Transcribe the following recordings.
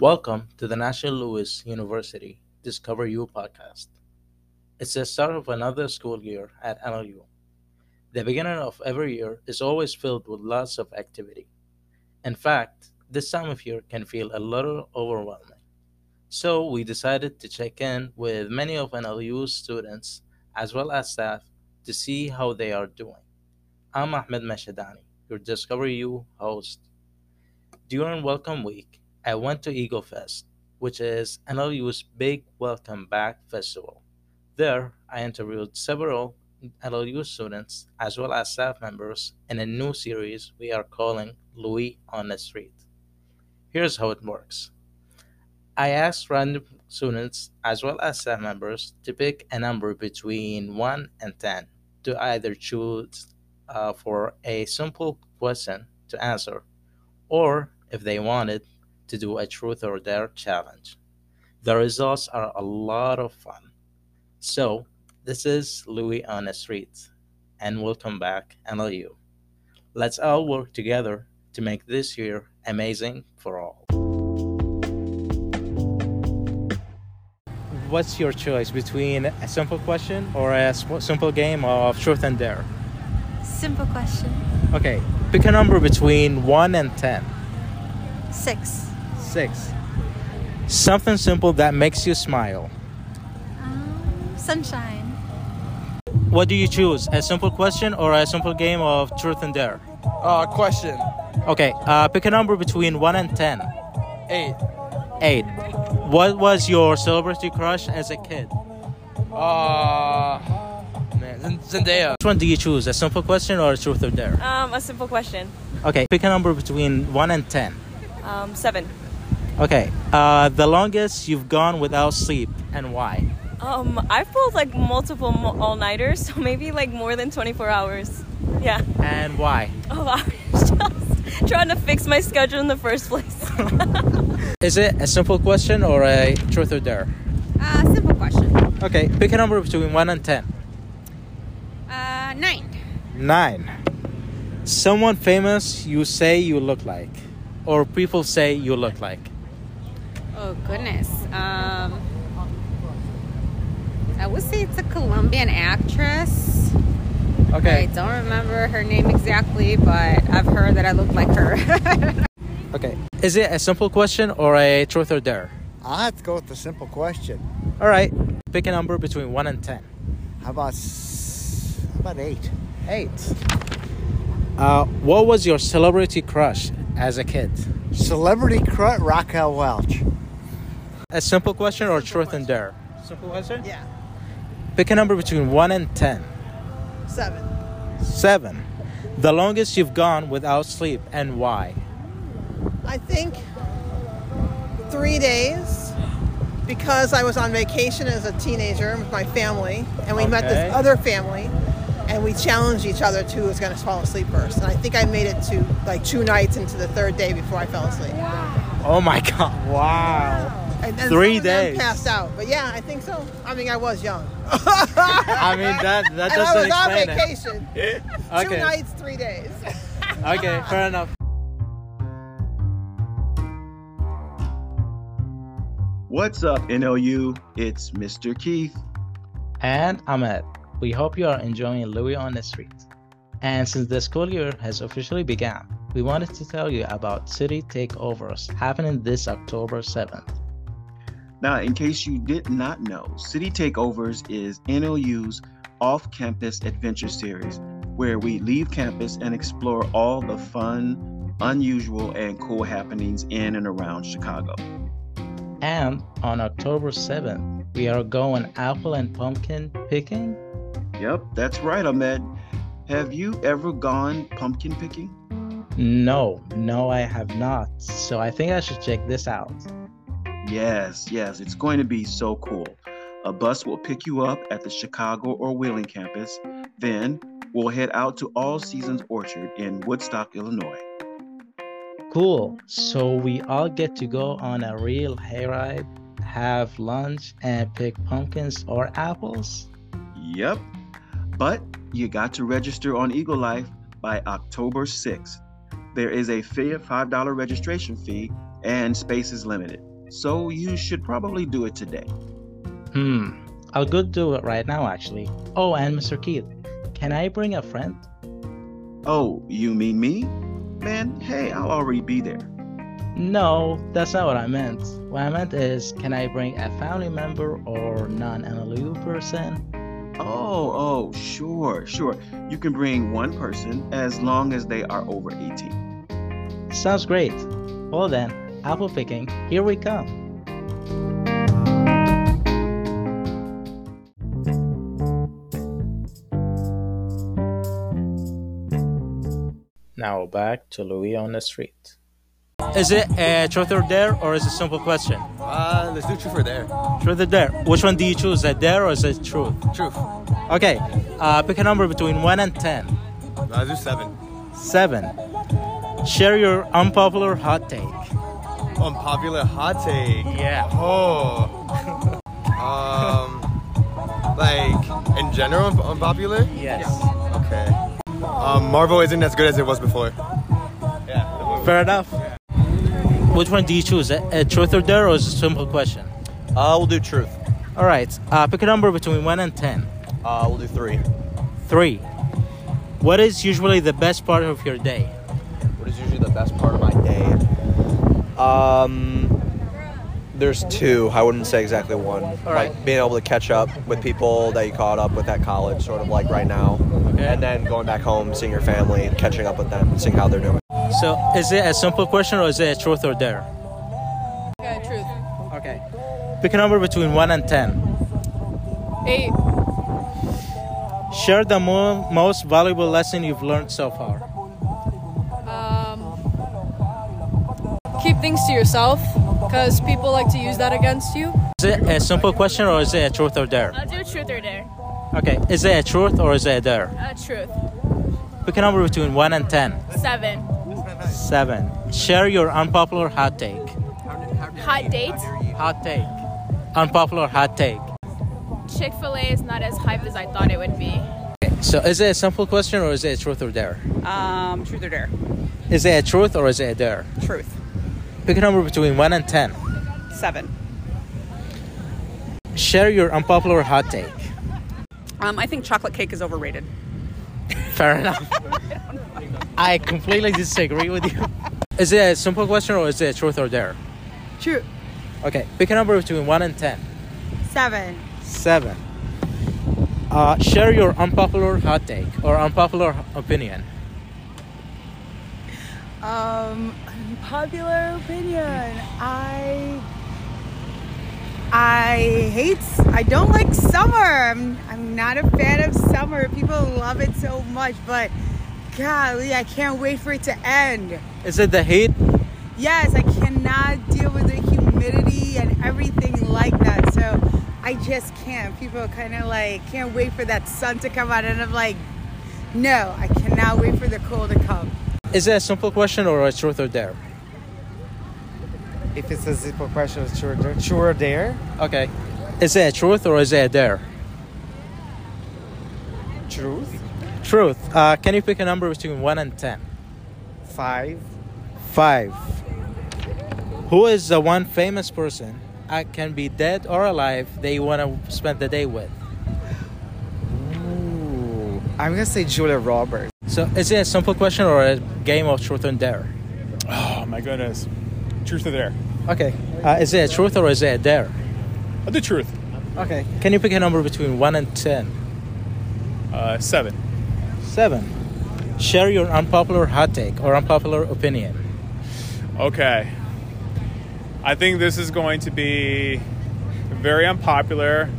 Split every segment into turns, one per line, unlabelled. Welcome to the National Louis University Discover You podcast. It's the start of another school year at NLU. The beginning of every year is always filled with lots of activity. In fact, this time of year can feel a little overwhelming. So we decided to check in with many of NLU's students as well as staff to see how they are doing. I'm Ahmed Mashadani, your Discover You host. During Welcome Week, I went to Eagle Fest, which is NLU's big welcome back festival. There, I interviewed several NLU students as well as staff members in a new series we are calling Louis on the Street. Here's how it works I asked random students as well as staff members to pick a number between 1 and 10 to either choose uh, for a simple question to answer, or if they wanted, to do a truth or dare challenge. The results are a lot of fun. So, this is Louis on the Street, and welcome back, NLU. Let's all work together to make this year amazing for all. What's your choice between a simple question or a sp- simple game of truth and dare?
Simple question.
Okay, pick a number between 1 and 10.
Six.
Six. Something simple that makes you smile.
Um, sunshine.
What do you choose? A simple question or a simple game of truth and dare?
Uh, question
Okay, uh, pick a number between 1 and 10.
eight.
8. What was your celebrity crush as a kid?
Uh, man, Zend- Zendaya.
Which one do you choose? A simple question or a truth or dare?
Um, a simple question.
Okay, pick a number between 1 and 10.
Um, seven.
Okay, uh, the longest you've gone without sleep and why?
Um, I've pulled like multiple mo- all-nighters, so maybe like more than 24 hours. Yeah.
And why?
Oh, I was just trying to fix my schedule in the first place.
Is it a simple question or a truth or dare?
Uh, simple question.
Okay, pick a number between 1 and 10.
Uh, nine.
Nine. Someone famous you say you look like, or people say you look like.
Oh goodness. Um, I would say it's a Colombian actress. I don't remember her name exactly, but I've heard that I look like her.
Okay. Is it a simple question or a truth or dare?
I have to go with the simple question.
All right. Pick a number between one and ten.
How about s- how about eight?
Eight. Uh, what was your celebrity crush as a kid?
Celebrity crut Raquel Welch.
A simple question or truth and dare? Simple question.
Yeah,
Pick a number between one and ten.
seven.
Seven. The longest you've gone without sleep and why?
I think three days because I was on vacation as a teenager with my family, and we met
Okay.
this other family, and we challenged each other to who was going to fall asleep first. And I think I made it to like two nights into the third day before I fell asleep.
Oh my God! Wow.
And, and
Three
some of them
days.
passed out, but yeah, I think so. I mean, I was young.
I mean that that
and I
doesn't
was on
explain it.
vacation. Two
Okay.
nights, three days.
Okay, fair enough.
What's up, NLU? It's Mr. Keith.
and Ahmed. We hope you are enjoying Louis on the Street. And since the school year has officially begun, we wanted to tell you about city takeovers happening this October 7th.
Now, in case you did not know, City Takeovers is NLU's off campus adventure series where we leave campus and explore all the fun, unusual, and cool happenings in and around Chicago.
And on October 7th, we are going apple and pumpkin picking.
Yep, that's right, Ahmed. Have you ever gone pumpkin picking?
No, no, I have not. So I think I should check this out.
Yes, yes, it's going to be so cool. A bus will pick you up at the Chicago or Wheeling campus. Then we'll head out to All Seasons Orchard in Woodstock, Illinois.
Cool. So we all get to go on a real hayride, have lunch, and pick pumpkins or apples.
Yep. But you got to register on Eagle Life by October 6th. There is a fi- $5 registration fee and space is limited, so you should probably do it today.
Hmm, I'll go do it right now, actually. Oh, and Mr. Keith, can I bring a friend?
Oh, you mean me? Man, hey, I'll already be there.
No, that's not what I meant. What I meant is, can I bring a family member or non NLU person?
Oh, oh, sure, sure. You can bring one person as long as they are over 18.
Sounds great. Well then, apple picking, here we come. Now back to Louis on the street. Is it a truth or dare or is it a simple question?
Uh, let's do truth or dare.
Truth or dare. Which one do you choose? A dare or is it truth?
Truth. Uh,
Okay, uh, pick a number between 1 and 10.
let's do seven.
7. Share your unpopular hot take.
Unpopular hot take. Yeah. Oh. um, like in general, un- unpopular.
Yes.
Okay. Um, Marvel isn't as good as it was before. Uh, Yeah.
Fair enough. Which one do you choose? A, a truth or dare or is it a simple question?
Uh, we'll do truth.
All right, uh, pick a number between 1 and 10.
Uh, we'll do three.
3. What is usually the best part of your day?
What is usually the best part of my day? Um, there's two. I wouldn't say exactly one.
right.
Like being able to catch up with people that you caught up with at college, sort of like right now, and then going back home, seeing your family, and catching up with them, and seeing how they're doing.
So, is it a simple question or is it a truth or dare?
truth.
Okay. Pick a number between 1 and 10.
Eight.
Share the mo- most valuable lesson you've learned so far.
Um, keep things to yourself because people like to use that against you.
Is it a simple question or is it a truth or dare?
I'll do truth or dare.
Okay, is it a truth or is it a dare?
Uh, truth.
Pick a number between 1 and 10.
Seven.
7. Share your unpopular hot take.
Hot date.
Hot take. Unpopular hot take.
Chick Fil A is not as hype as I thought it would be.
So, is it a simple question or is it a truth or dare?
Um, truth or dare.
Is it a truth or is it a dare?
Truth.
Pick a number between 1 and 10.
Seven.
Share your unpopular hot take.
Um, I think chocolate cake is overrated.
Fair enough. I completely disagree with you. Is it a simple question or is it a truth or dare?
True.
Okay, pick a number between 1 and 10.
Seven.
7. Uh, share your unpopular hot take or unpopular opinion.
Um, popular opinion. I I hate. I don't like summer. I'm, I'm not a fan of summer. People love it so much, but golly, I can't wait for it to end.
Is it the heat?
Yes, I cannot deal with the humidity and everything like that. So I just can't. People kind of like can't wait for that sun to come out, and I'm like, no, I cannot wait for the cold to come.
Is it a simple question or a truth or dare?
If it's a simple question, it's true or dare. True or dare?
Okay. Is it a truth or is it a dare?
Truth.
Truth. Uh, can you pick a number between 1 and 10?
Five.
5. Who is the one famous person I can be dead or alive they want to spend the day with?
Ooh. I'm gonna say Julia Roberts.
So, is it a simple question or a game of truth and dare?
Oh my goodness. Truth or dare?
Okay. Uh, is it a truth or is it a dare?
Uh, The truth.
Okay. Can you pick a number between 1 and 10?
Uh, seven.
7. Share your unpopular hot take or unpopular opinion.
Okay. I think this is going to be very unpopular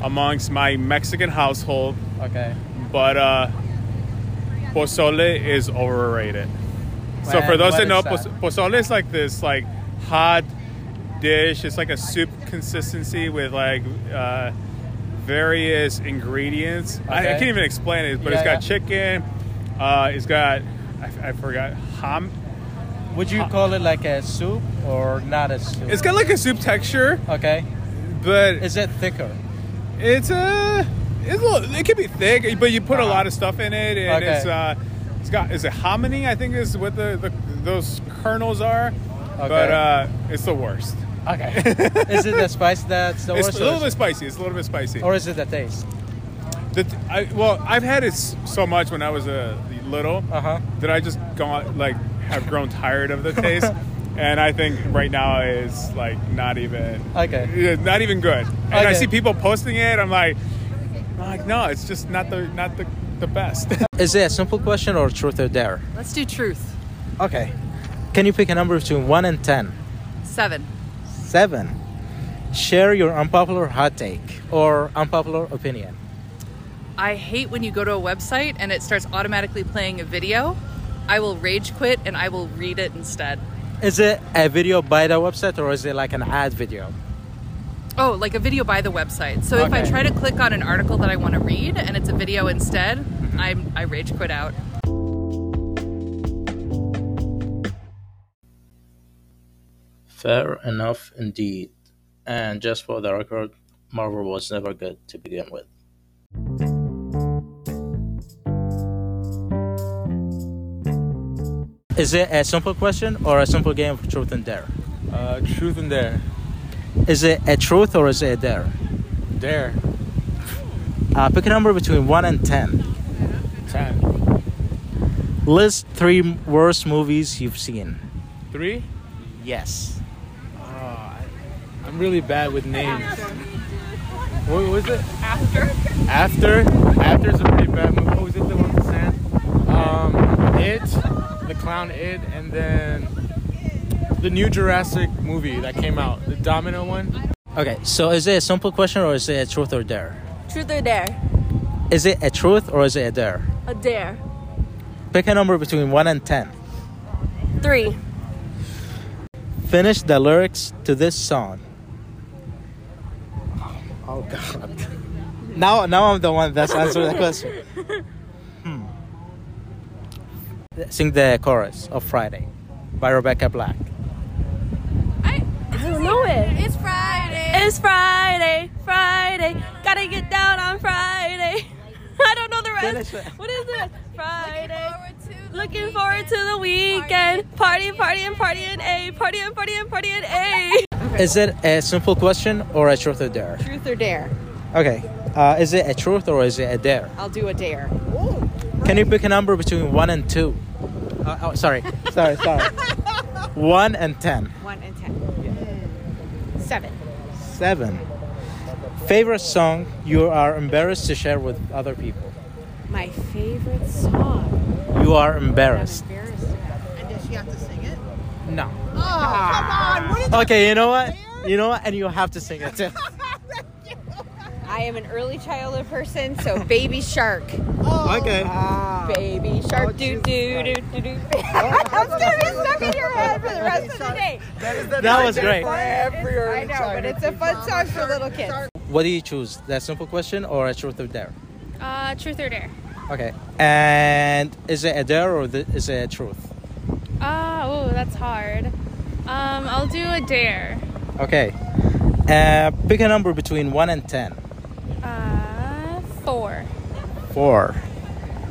amongst my Mexican household,
Okay.
but uh, pozole is overrated. so for
And
those
what
that
is
know,
that?
pos- pozole is like this like hot dish. It's like a soup consistency with like uh, various ingredients. I, I
Okay.
can't even explain it, but
Yeah,
it's got
yeah.
chicken. Uh, it's got I, I forgot ham.
Would you call it like a soup or not a soup?
It's got like a soup texture,
okay.
but uh,
Is it thicker?
Uh-huh.
It's a, it's a little, it can be thick, but you put a lot of stuff in it, and
Okay.
it's uh, It's got is it hominy? I think is what the, the those kernels are. But
Okay.
uh, it's the worst.
Okay. is it the spice that's the
it's
worst?
a
or
little
is
bit spicy. It's a little bit spicy.
Or is it the taste?
The t- I, well, I've had it s- so much when I was a little that I just got like have grown tired of the taste, and I think right now is like not even
Okay.
yeah, not even good. And I
Okay.
see people posting it. I'm like, I'm like no, it's just not the not the, the best.
Is it a simple question or truth or dare?
Let's do truth.
Okay. Can you pick a number between 1 and 10?
Seven.
7. Share your unpopular hot take or unpopular opinion.
I hate when you go to a website and it starts automatically playing a video. I will rage quit and I will read it instead.
Is it a video by the website or is it like an ad video?
Oh, like a video by the website. So if I
Okay.
try to click on an article that I want to read and it's a video instead, I'm, I rage quit out.
Fair enough indeed. And just for the record, Marvel was never good to begin with. Is it a simple question or a simple game of truth and dare?
Uh, truth and dare.
Is it a truth or is it a dare?
Dare.
Uh, pick a number between 1 and 10.
Ten.
List three worst movies you've seen.
Three.
Yes.
Oh, I, I'm really bad with names. What was it?
After.
After. After is a pretty bad movie. What was it? The one with the sand. Um, it, the clown it, and then the new Jurassic movie that came out, the Domino one.
Okay, so is it a simple question or is it a truth or dare?
Truth or dare?
Is it a truth or is it a dare?
A dare.
Pick a number between 1 and 10.
Three.
Finish the lyrics to this song. Oh god. Now now I'm the one that's answering the question. Hmm. Sing the chorus of Friday by Rebecca Black.
I don't know it. It's Friday. It's Friday. Friday. Gotta get down on Friday. I don't know the rest. What is it? Friday. Looking forward to the weekend. Party, party, and party and a. Party and party and party and a.
Is it a simple question or a truth or dare?
Truth or dare?
Okay. Uh, is it a truth or is it a dare?
I'll do a dare.
Can you pick a number between one and two? Uh, oh, sorry, sorry, sorry. One and ten.
One and ten. Seven.
Seven. Favorite song you are embarrassed to share with other people.
My favorite song.
You are embarrassed.
And does she have to sing it?
No.
Oh, come on. What is
Okay, you know what? You know what? And you have to sing it too.
I am an early childhood person, so Baby Shark.
Okay.
Ah. Baby Shark. Do do do do do. I'm gonna be stuck in your head for the rest of the day.
the That was great.
For every early I know, but it's a fun song for little kids.
What do you choose? The simple question or a truth or dare?
Uh, truth or dare?
Okay. And is it a dare or th- is it a truth?
Oh, that's hard. Um, I'll do a dare.
Okay. Uh, pick a number between one and ten.
Uh, four.
Four.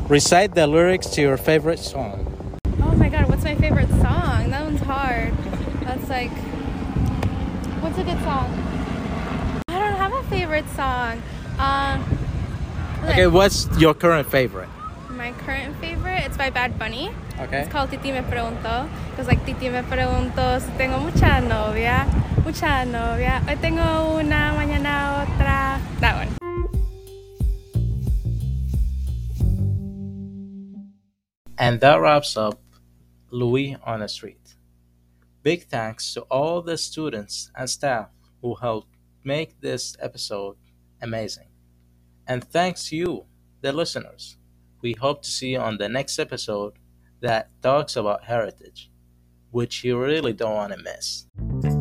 Recite the lyrics to your favorite song.
Oh my god, what's my favorite song? That one's hard. That's like, what's a good song? I don't have a favorite song. Um,
Okay, what's your current favorite?
my current favorite? It's by Bad Bunny.
Okay.
It's called Titi Me Preguntó. It's like Titi Me Preguntó si tengo mucha novia, mucha novia. Hoy tengo una, mañana otra. That one.
And that wraps up Louis on the Street. Big thanks to all the students and staff who helped make this episode amazing. And thanks to you, the listeners. We hope to see you on the next episode that talks about heritage, which you really don't want to miss.